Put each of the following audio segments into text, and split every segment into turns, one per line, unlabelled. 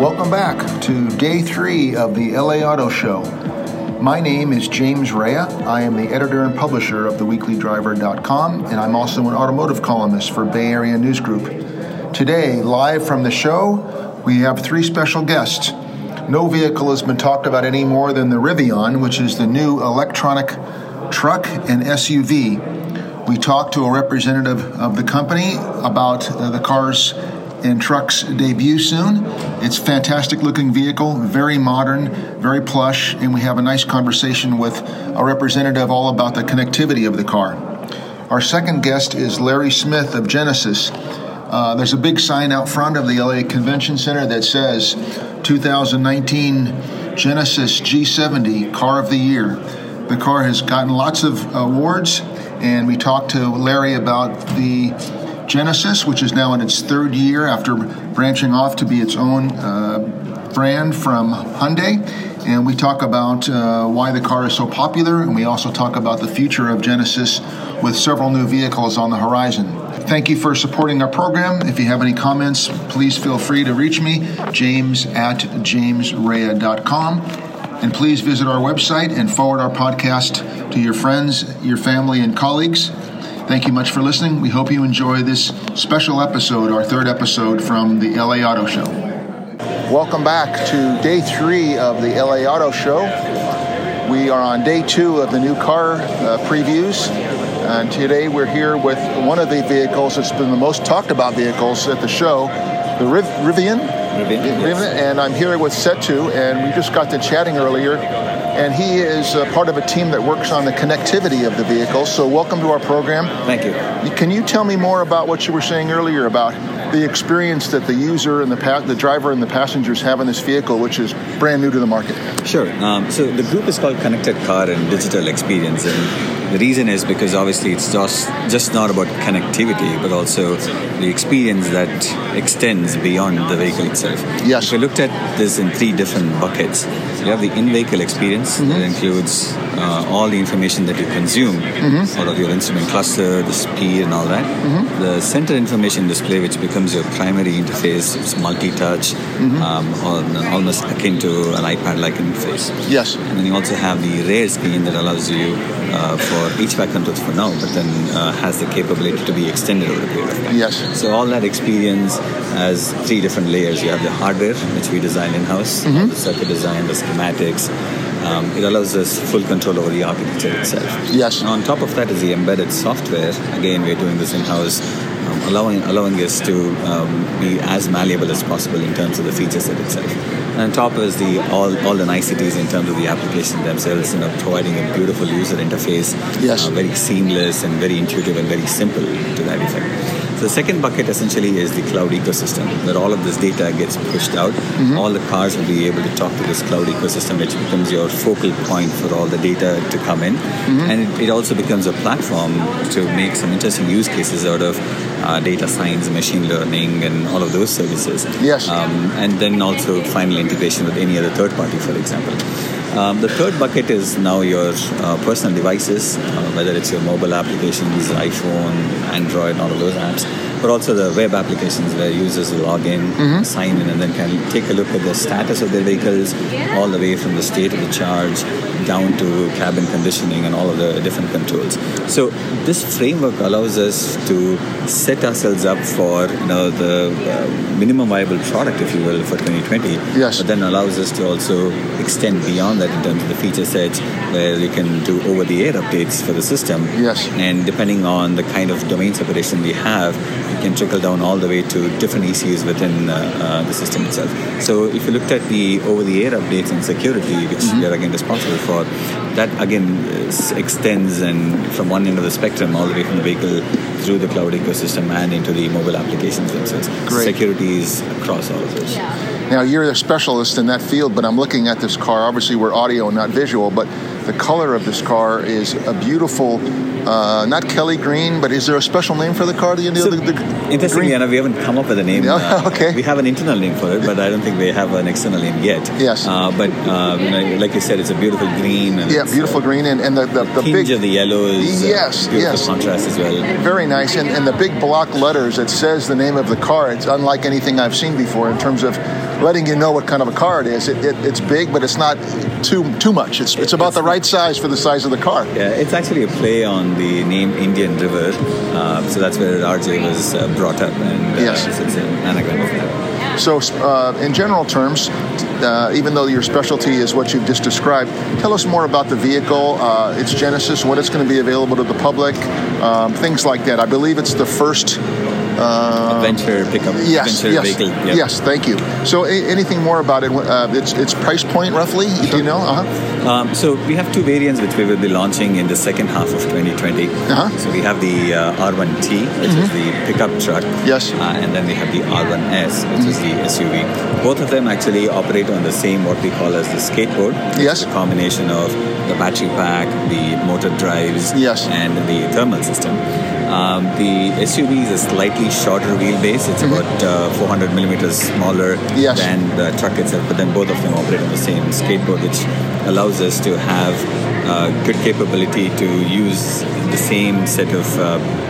Welcome back to day three of the LA Auto Show. My name is James Rea. I am the editor and publisher of theweeklydriver.com, and I'm also an automotive columnist for Bay Area News Group. Today, live from the show, we have three special guests. No vehicle has been talked about any more than the Rivian, which is the new electronic truck and SUV. We talked to a representative of the company about uh, the car's and truck's debut soon. It's fantastic looking vehicle, very modern, very plush, and we have a nice conversation with a representative all about the connectivity of the car. Our second guest is Larry Smith of Genesis. Uh, there's a big sign out front of the LA Convention Center that says 2019 Genesis G70 Car of the Year. The car has gotten lots of awards, and we talked to Larry about the Genesis, which is now in its third year after branching off to be its own uh, brand from Hyundai. And we talk about uh, why the car is so popular, and we also talk about the future of Genesis with several new vehicles on the horizon. Thank you for supporting our program. If you have any comments, please feel free to reach me, james at jamesrea.com. And please visit our website and forward our podcast to your friends, your family, and colleagues. Thank you much for listening. We hope you enjoy this special episode, our third episode from the LA Auto Show. Welcome back to day three of the LA Auto Show. We are on day two of the new car uh, previews. And today we're here with one of the vehicles that's been the most talked about vehicles at the show, the Riv- Rivian.
Rivian, yes.
And I'm here with Setu, and we just got to chatting earlier and he is uh, part of a team that works on the connectivity of the vehicle. So, welcome to our program.
Thank you.
Can you tell me more about what you were saying earlier about the experience that the user and the pa- the driver and the passengers have in this vehicle, which is brand new to the market?
Sure. Um, so the group is called Connected Car and Digital Experience, and the reason is because obviously it's just just not about connectivity, but also the experience that extends beyond the vehicle itself.
Yes.
If we looked at this in three different buckets, you have the in-vehicle experience that includes uh, all the information that you consume, all of your instrument cluster, the speed, and all that. The center information display, which becomes your primary interface, it's multi-touch, um, on, almost akin to an iPad-like interface.
Yes.
And then you also have the rear screen that allows you uh, for HVAC controls for now, but then uh, has the capability to be extended over a period of time.
Yes.
So all that experience has three different layers. You have the hardware, which we design in-house, the circuit design, the schematics. Um, it allows us full control over the architecture itself.
Yes.
Now, on top of that is the embedded software. Again, we're doing this in-house, um, allowing allowing us to um, be as malleable as possible in terms of the feature set itself. And on top is the all, all the niceties in terms of the application themselves, you know, providing a beautiful user interface.
Yes.
uh, very seamless and very intuitive and very simple to that effect. So the second bucket essentially is the cloud ecosystem, where all of this data gets pushed out. All the cars will be able to talk to this cloud ecosystem, which becomes your focal point for all the data to come in. And it, it also becomes a platform to make some interesting use cases out of uh, data science, machine learning, and all of those services.
Yes.
Um, and then also final integration with any other third party, for example. Um, the third bucket is now your uh, personal devices, uh, whether it's your mobile applications, iPhone, Android, all of those apps, but also the web applications where users log in, sign in, and then can take a look at the status of their vehicles, all the way from the state of the charge down to cabin conditioning and all of the different controls. So this framework allows us to set ourselves up for you know the uh, minimum viable product, if you will, for 2020.
Yes.
But then allows us to also extend beyond that in terms of the feature sets, where you can do over-the-air updates for the system.
Yes.
And depending on the kind of domain separation we have, it can trickle down all the way to different ECUs within uh, uh, the system itself. So if you looked at the over-the-air updates and security, which we are again responsible for, that again uh, s- extends and from one end of the spectrum all the way from the vehicle through the cloud ecosystem and into the mobile applications themselves.
Great.
Security is across all of those.
Now, you're a specialist in that field, but I'm looking at this car. Obviously, we're audio, not visual, but the color of this car is a beautiful, uh, not Kelly green, but is there a special name for the car? Do you know?
So,
the, the
interestingly
green-
enough, we haven't come up with a name. uh,
Yeah, okay.
We have an internal name for it, but I don't think we have an external name yet.
Yes.
Uh, but uh, you know, like you said, it's a beautiful green. And
Yeah,
it's,
beautiful green, and, and the, the,
Uh,
the
tinge
big.
of the yellow is uh,
Yes,
beautiful
yes.
contrast as well.
Very nice, and, and the big block letters that says the name of the car. It's unlike anything I've seen before in terms of letting you know what kind of a car it is. It, it, it's big, but it's not too too much. It's, it's about
It's-
the right size for the size of the car.
Yeah, it's actually a play on the name Indian River. Uh, so that's where RJ was uh, brought up, and uh,
Yes.
it's, it's an anagram of that.
So, uh, in general terms, uh, even though your specialty is what you've just described, tell us more about the vehicle, uh, its genesis, what it's going to be available to the public, um, things like that. I believe it's the first.
Adventure pickup,
Um, Yes,
adventure
yes,
vehicle. yeah.
yes. Thank you. So, a- anything more about it? Uh, its its price point, roughly? Do you know? Uh-huh.
Um, so we have two variants which we will be launching in the second half of 2020.
Uh-huh. Mm-hmm.
So we have the uh, R1T, which is the pickup truck.
Yes. Mm-hmm.
Uh, and then we have the R1S, which is the SUV. Both of them actually operate on the same what we call as the skateboard. which
Yes.
is A combination of the battery pack, the motor drives,
Yes.
and the thermal system. Um, the SUV is a slightly shorter wheelbase. It's about uh, 400 millimeters smaller
Mm-hmm. Yes.
than the uh, truck itself, but then both of them operate on the same skateboard, which allows us to have uh, good capability to use the same set of uh,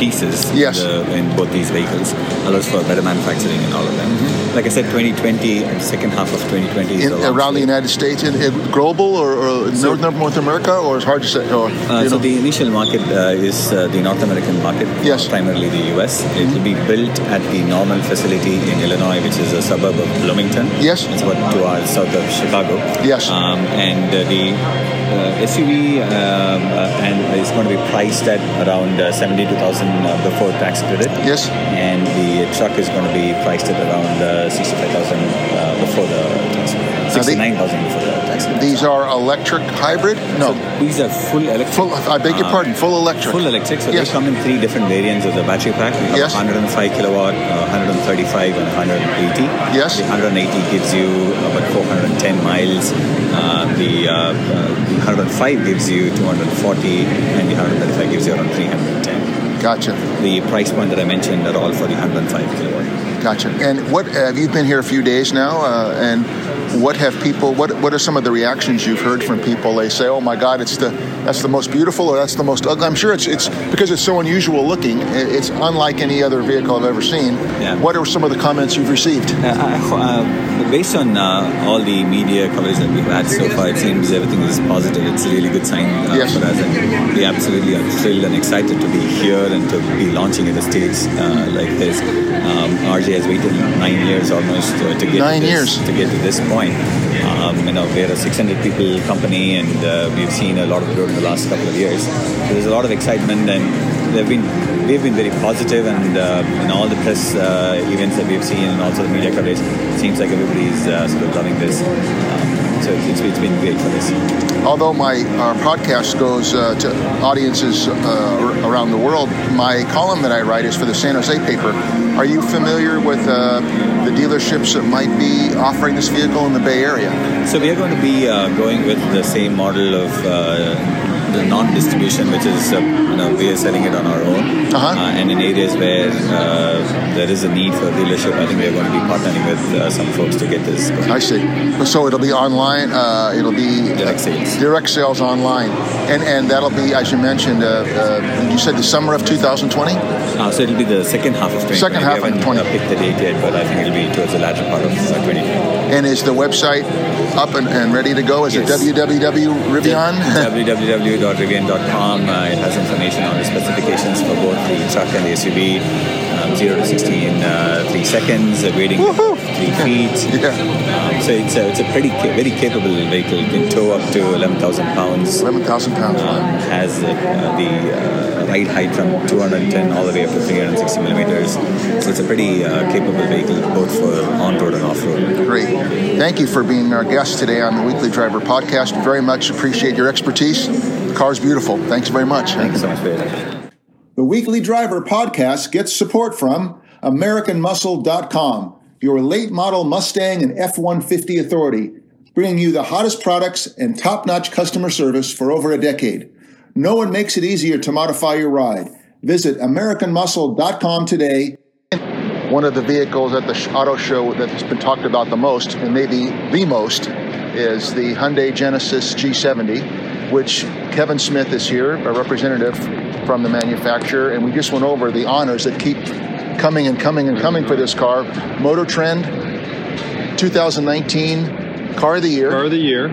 pieces in
Yes.
the- in, both these vehicles. Allows for better manufacturing in all of them. Like I said, 2020 and second half of 2020 is
Mm-hmm. In,
a launch
around the
date.
United States, in, in global or, or
So-
North, North America, or it's hard to say. Or,
Uh,
you
so
know.
the initial market uh, is uh, the North American market,
Yes.
primarily the U.S. It will be built at the Norman facility in Illinois, which is a suburb of Bloomington.
Yes.
it's about two hours south of Chicago.
Yes.
um, and uh, the uh, SUV um, uh, and is going to be priced at around uh, seventy-two thousand uh, before tax credit.
Yes.
and the truck is going to be priced at around uh, sixty-five thousand uh, before the tax credit.
Now the-
Sixty-nine thousand before the tax credit.
these are electric hybrid? No.
So these are full electric.
Full, I beg your
um,
pardon, full electric.
Full electric, so
Yes.
they come in three different variants of the battery pack. We have
Yes.
105 kilowatt, uh, 135, and 180.
Yes.
The 180 gives you about 410 miles. Uh, the, uh, uh, the 105 gives you 240, and the 135 gives you around 310.
Gotcha,
The price point that I mentioned are all for the 105 kilowatt.
gotcha. And what have you been here a few days now? Uh, and what have people? What What are some of the reactions you've heard from people? They say, "Oh my God, it's the that's the most beautiful, or that's the most ugly." I'm sure it's it's because it's so unusual looking. i- It's unlike any other vehicle I've ever seen.
Yeah.
What are some of the comments you've received?
Uh, uh, based on uh, all the media coverage that we've had so far, it seems everything is positive. It's a really good sign uh,
Yes.
for us, and we absolutely are thrilled and excited to be here and to be launching at a stage uh, like this. Um, RJ has waited nine years almost uh, to get
Nine
to this,
years.
to get to this point. Um, you know, we're a 600 people company, and uh, we've seen a lot of growth in the last couple of years. So there's a lot of excitement, and they've been we've been very positive, and uh, in all the press uh, events that we've seen, and also the media coverage, it seems like everybody's uh, sort of loving this. Um, so it's, it's been great for this.
Although my our podcast goes uh, to audiences uh, ar- around the world, my column that I write is for the San Jose paper. Are you familiar with uh, the dealerships that might be offering this vehicle in the Bay Area?
So we are going to be uh, going with the same model of uh, the non-distribution, which is uh, you know, we are selling it on our own,
Uh-huh.
and in areas where uh, there is a need for a dealership, I think we are going to be partnering with uh, some folks to get this. going.
I see. So it'll be online. Uh, it'll be
Direct sales.
Direct sales online, and and that'll be as you mentioned. Uh, uh, you said the summer of 2020.
Uh, so it'll be the second half of 2020.
Second half
we
of
haven't
20.
uh, picked the date yet, but I think it'll be towards the latter part of uh, 2020.
And is the website up and, and ready to go? Is
Yes.
it www.rivian?
www.rivian.com. Uh, it has information on the specifications for both the truck and the SUV. Um, 0 to 60 in uh, 3 seconds, uh, waiting
Woohoo!
3 feet.
Yeah.
Um, so it's a, it's a pretty ca- very capable vehicle. It can tow up to 11,000 pounds.
Eleven thousand pounds.
Um, has uh, the uh, ride height from 210 all the way up to 360 millimeters. So it's a pretty uh, capable vehicle both for on-road and off-road.
Great. Thank you for being our guest today on the Weekly Driver Podcast. Very much appreciate your expertise. The car's beautiful. Thanks very much.
Thank you so much for your time.
The Weekly Driver Podcast gets support from AmericanMuscle.com, your late model Mustang and F 150 authority, bringing you the hottest products and top notch customer service for over a decade. No one makes it easier to modify your ride. Visit AmericanMuscle.com today one of the vehicles at the sh- auto show that's been talked about the most, and maybe the most, is the Hyundai Genesis G70, which Kevin Smith is here, a representative from the manufacturer, and we just went over the honors that keep coming and coming and coming for this car. Motor Trend, 2019 Car of the Year.
Car of the year.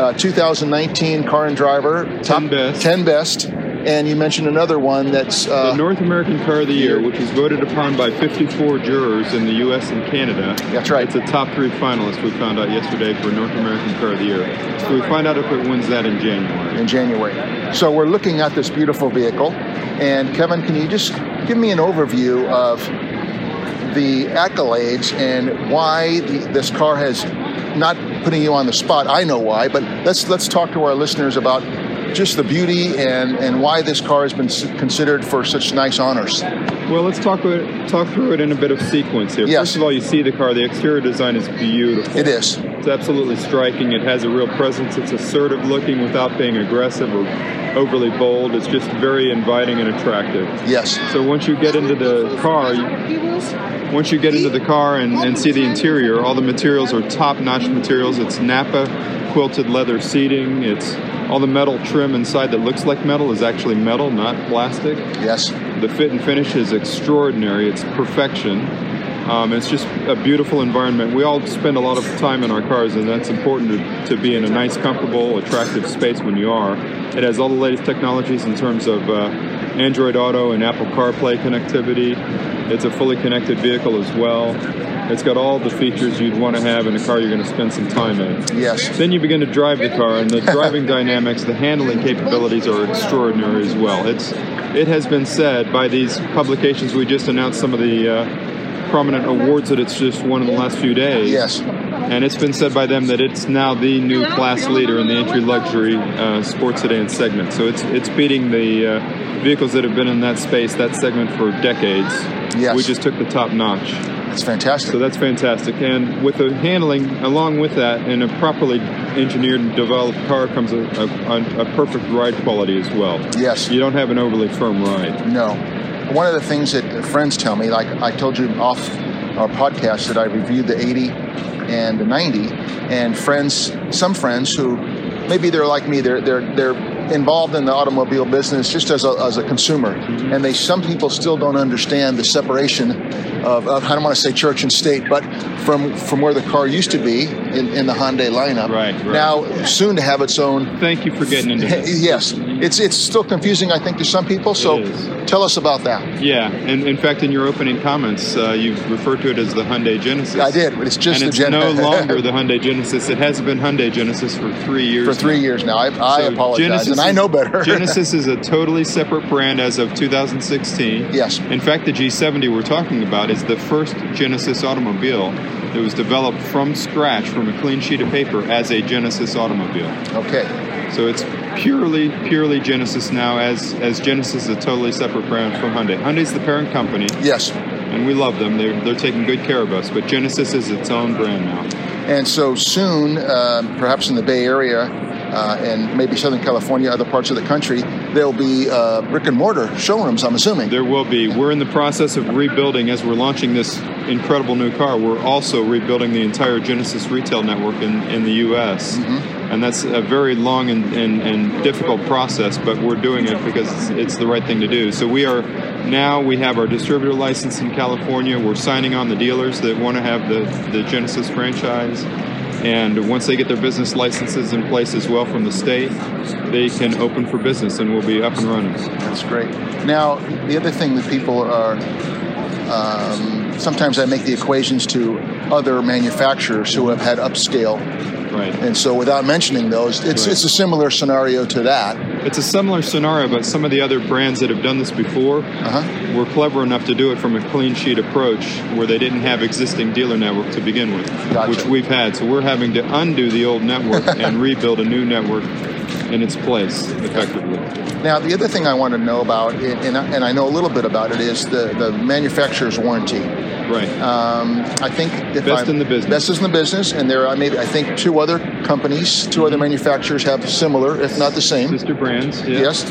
uh, 2019 Car and Driver top
10 best.
10 best. And you mentioned another one that's uh,
The North American Car of the Year, which was voted upon by 54 jurors in the U.S. and Canada.
That's right.
It's a top three finalist we found out yesterday for North American Car of the Year. So we find out if it wins that in January.
in January. So we're looking at this beautiful vehicle. And Kevin, can you just give me an overview of the accolades and why the, this car has not putting you on the spot? I know why, but let's let's talk to our listeners about just the beauty and, and why this car has been s- considered for such nice honors.
Well, let's talk it, talk through it in a bit of sequence here.
Yes.
First of all, you see the car. The exterior design is beautiful.
It is.
It's absolutely striking. It has a real presence. It's assertive looking without being aggressive or overly bold. It's just very inviting and attractive.
Yes.
So once you get into the car, you, Once you get into the car and, and see the interior, all the materials are top notch materials. It's Napa quilted leather seating. It's all the metal trim inside that looks like metal is actually metal, not plastic.
Yes.
The fit and finish is extraordinary, it's perfection. Um, it's just a beautiful environment. We all spend a lot of time in our cars, and that's important to, to be in a nice, comfortable, attractive space when you are. It has all the latest technologies in terms of uh, Android Auto and Apple CarPlay connectivity. It's a fully connected vehicle as well. It's got all the features you'd want to have in a car you're going to spend some time in.
Yes.
Then you begin to drive the car, and the driving dynamics, the handling capabilities are extraordinary as well. It's it has been said by these publications we just announced some of the uh, prominent awards that it's just won in the last few days.
Yes.
and it's been said by them that it's now the new class leader in the entry luxury uh, sports sedan segment. So it's it's beating the uh, vehicles that have been in that space, that segment for decades.
Yes.
we just took the top notch.
It's fantastic.
So that's fantastic. And with the handling, along with that, in a properly engineered and developed car comes a, a, a perfect ride quality as well.
Yes.
You don't have an overly firm ride.
No. One of the things that friends tell me, like I told you off our podcast that I reviewed the 80 and the 90, and friends, some friends who maybe they're like me, they're they're they're involved in the automobile business just as a, as a consumer, and they some people still don't understand the separation of, of I don't want to say church and state, but from from where the car used to be in, in the Hyundai lineup,
Right, right.
now soon to have its own
Thank you for getting into this.
Yes, it's it's still confusing, I think, to some people. So
It is.
tell us about that.
Yeah, and in fact, in your opening comments, uh, you referred to it as the Hyundai Genesis.
I did. but It's just
and
the
it's
gen-
no longer the Hyundai Genesis. It has been Hyundai Genesis for three years.
for three years now. I, I
So
apologize, and I
is-
know better.
Genesis is a totally separate brand as of 2016.
Yes.
In fact, the G70 we're talking about is the first Genesis automobile that was developed from scratch from a clean sheet of paper as a Genesis automobile.
okay,
So it's purely, purely Genesis now as, as Genesis is a totally separate brand from Hyundai. Hyundai's the parent company,
yes,
and we love them. They're, they're taking good care of us, but Genesis is its own brand now.
and so soon, um, perhaps in the Bay Area. Uh, and maybe Southern California, other parts of the country, there'll be uh, brick and mortar showrooms. I'm assuming.
There will be. We're in the process of rebuilding as we're launching this incredible new car. We're also rebuilding the entire Genesis retail network in, in the U.S. And that's a very long and, and, and difficult process, but we're doing it because it's, it's the right thing to do. So we are now, we have our distributor license in California. We're signing on the dealers that want to have the, the Genesis franchise. And once they get their business licenses in place as well from the state, they can open for business and we'll be up and running.
That's great. Now, the other thing that people are um, sometimes I make the equations to other manufacturers who have had upscale
Right.
And so, without mentioning those, it's,
Right.
it's a similar scenario to that.
It's a similar scenario, but some of the other brands that have done this before uh,
Uh-huh.
were clever enough to do it from a clean sheet approach where they didn't have existing dealer network to begin with,
Gotcha.
which we've had. So we're having to undo the old network and rebuild a new network in its place effectively.
Now, the other thing I want to know about, it, and, I, and I know a little bit about it, is the, the manufacturer's warranty.
Right.
Um, I think if
Best
I'm-
in the business.
Best is in the business, and there are maybe I think two other companies, two other manufacturers have similar, if not the same.
Sister brands. yeah.
Yes.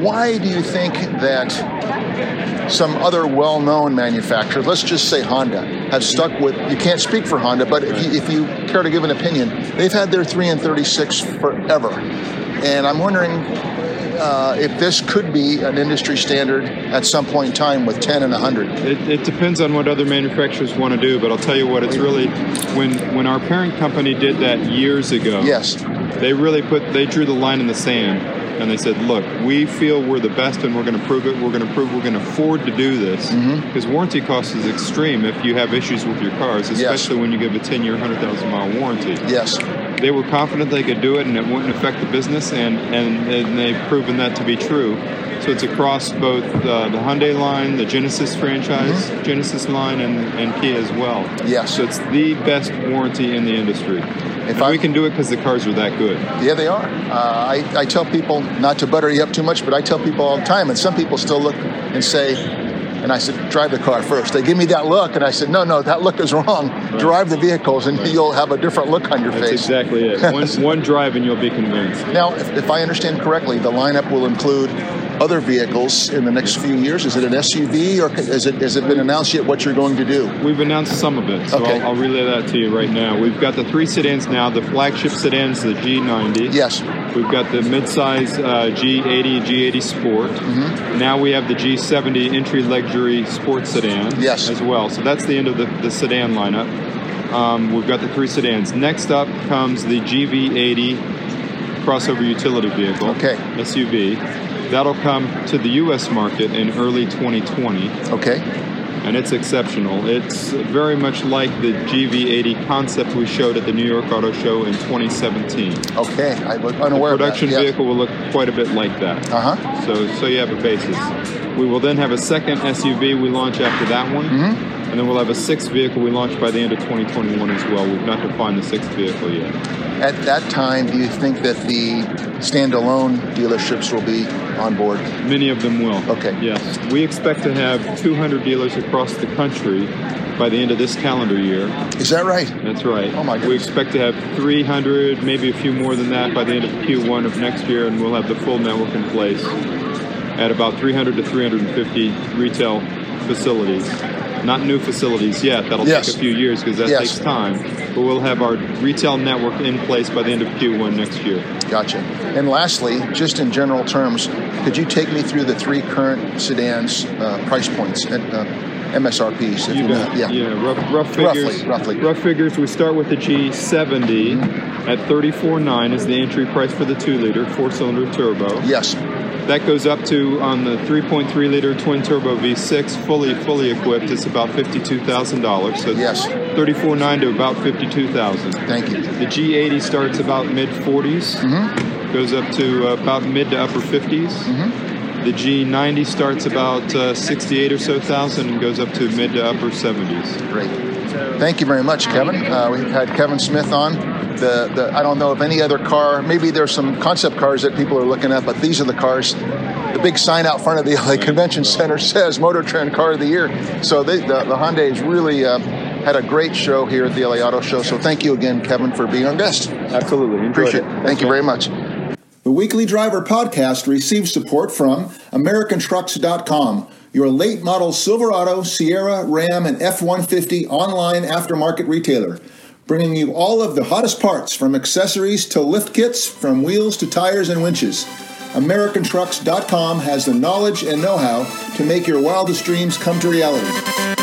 Why do you think that some other well-known manufacturers, let's just say Honda, have stuck with? You can't speak for Honda, but if, you, if you care to give an opinion, they've had their three and thirty-six forever, and I'm wondering uh, if this could be an industry standard at some point in time with 10 and 100.
It, it depends on what other manufacturers want to do, but I'll tell you what, it's really when when our parent company did that years ago.
Yes.
They really put they drew the line in the sand and they said, "Look, we feel we're the best and we're going to prove it. We're going to prove we're going to afford to do this
Mm-hmm.
because warranty cost is extreme if you have issues with your cars, especially when you give a 10-year, 100,000-mile warranty."
Yes.
They were confident they could do it and it wouldn't affect the business and and, and they've proven that to be true. So it's across both uh, the Hyundai line, the Genesis franchise, Genesis line, and, and Kia as well.
Mm-hmm. Yes.
So it's the best warranty in the industry. If
I-
we can do it because the cars are that good.
Yeah, they are. Uh, I, I tell people not to butter you up too much, but I tell people all the time, and some people still look and say, and I said, drive the car first. They give me that look, and I said, no, no, that look is wrong. Drive the vehicles, and you'll have a different look on your
That's
face.
exactly it. One, one drive and you'll be convinced.
Now, if, if I understand correctly, the lineup will include other vehicles in the next few years. Is it an SUV, or is it, has it been announced yet what you're going to do?
We've announced some of it, so
Okay.
I'll, I'll relay that to you right now. We've got the three sedans now. The flagship sedans, the G90.
Yes.
We've got the midsize uh, G80, G80 Sport.
Mm-hmm.
Now we have the G70 entry luxury sports sedan
Yes.
as well. So that's the end of the, the sedan lineup. Um, we've got the three sedans. Next up comes the GV80 crossover utility vehicle,
Okay.
SUV. That'll come to the U.S. market in early 2020
Okay.
and it's exceptional. It's very much like the GV80 concept we showed at the New York Auto Show in 2017.
Okay. I was
The
unaware
production
of that.
vehicle will look quite a bit like that.
Uh huh.
So, so you have a basis. We will then have a second SUV we launch after that one,
Mm-hmm.
and then we'll have a sixth vehicle we launch by the end of 2021 as well. We've not defined the sixth vehicle yet.
At that time, do you think that the standalone dealerships will be on board?
Many of them will.
Okay.
Yes. We expect to have 200 dealers across the country by the end of this calendar year.
Is that right?
That's right.
Oh, my
We
goodness.
expect to have 300, maybe a few more than that by the end of Q1 of next year, and we'll have the full network in place at about 300 to 350 retail facilities. Not new facilities yet. That'll
Yes.
take a few years because that
Yes.
takes time. But we'll have our retail network in place by the end of Q1 next year.
Gotcha. And lastly, just in general terms, could you take me through the three current sedans' uh, price points and uh, MSRPs? If
You
will?
bet.
Yeah.
rough, rough
Roughly,
figures.
roughly. Mm-hmm.
Rough figures. We start with the G70 at 34.9 is the entry price for the two-liter four-cylinder turbo.
Yes.
That goes up to on the 3.3 liter twin turbo V6, fully fully equipped. It's about fifty-two thousand dollars. So
Yes.
thirty-four nine to about fifty-two thousand.
Thank you.
The G80 starts about mid 40s,
Mm-hmm.
goes up to uh, about mid to upper 50s.
Mm-hmm.
The G90 starts about uh, 68 or so thousand and goes up to mid to upper 70s.
Great. Thank you very much, Kevin. Uh, we had Kevin Smith on. The, the I don't know of any other car. Maybe there's some concept cars that people are looking at, but these are the cars. The big sign out front of the LA Convention Center says Motor Trend Car of the Year. So they, the, the Hyundai has really uh, had a great show here at the LA Auto Show. So thank you again, Kevin, for being our guest.
Absolutely,
Appreciate it. Thank you very much. The Weekly Driver podcast receives support from AmericanTrucks.com, your late model Silverado, Sierra, Ram, and F 150 online aftermarket retailer, bringing you all of the hottest parts from accessories to lift kits, from wheels to tires and winches. AmericanTrucks.com has the knowledge and know how to make your wildest dreams come to reality.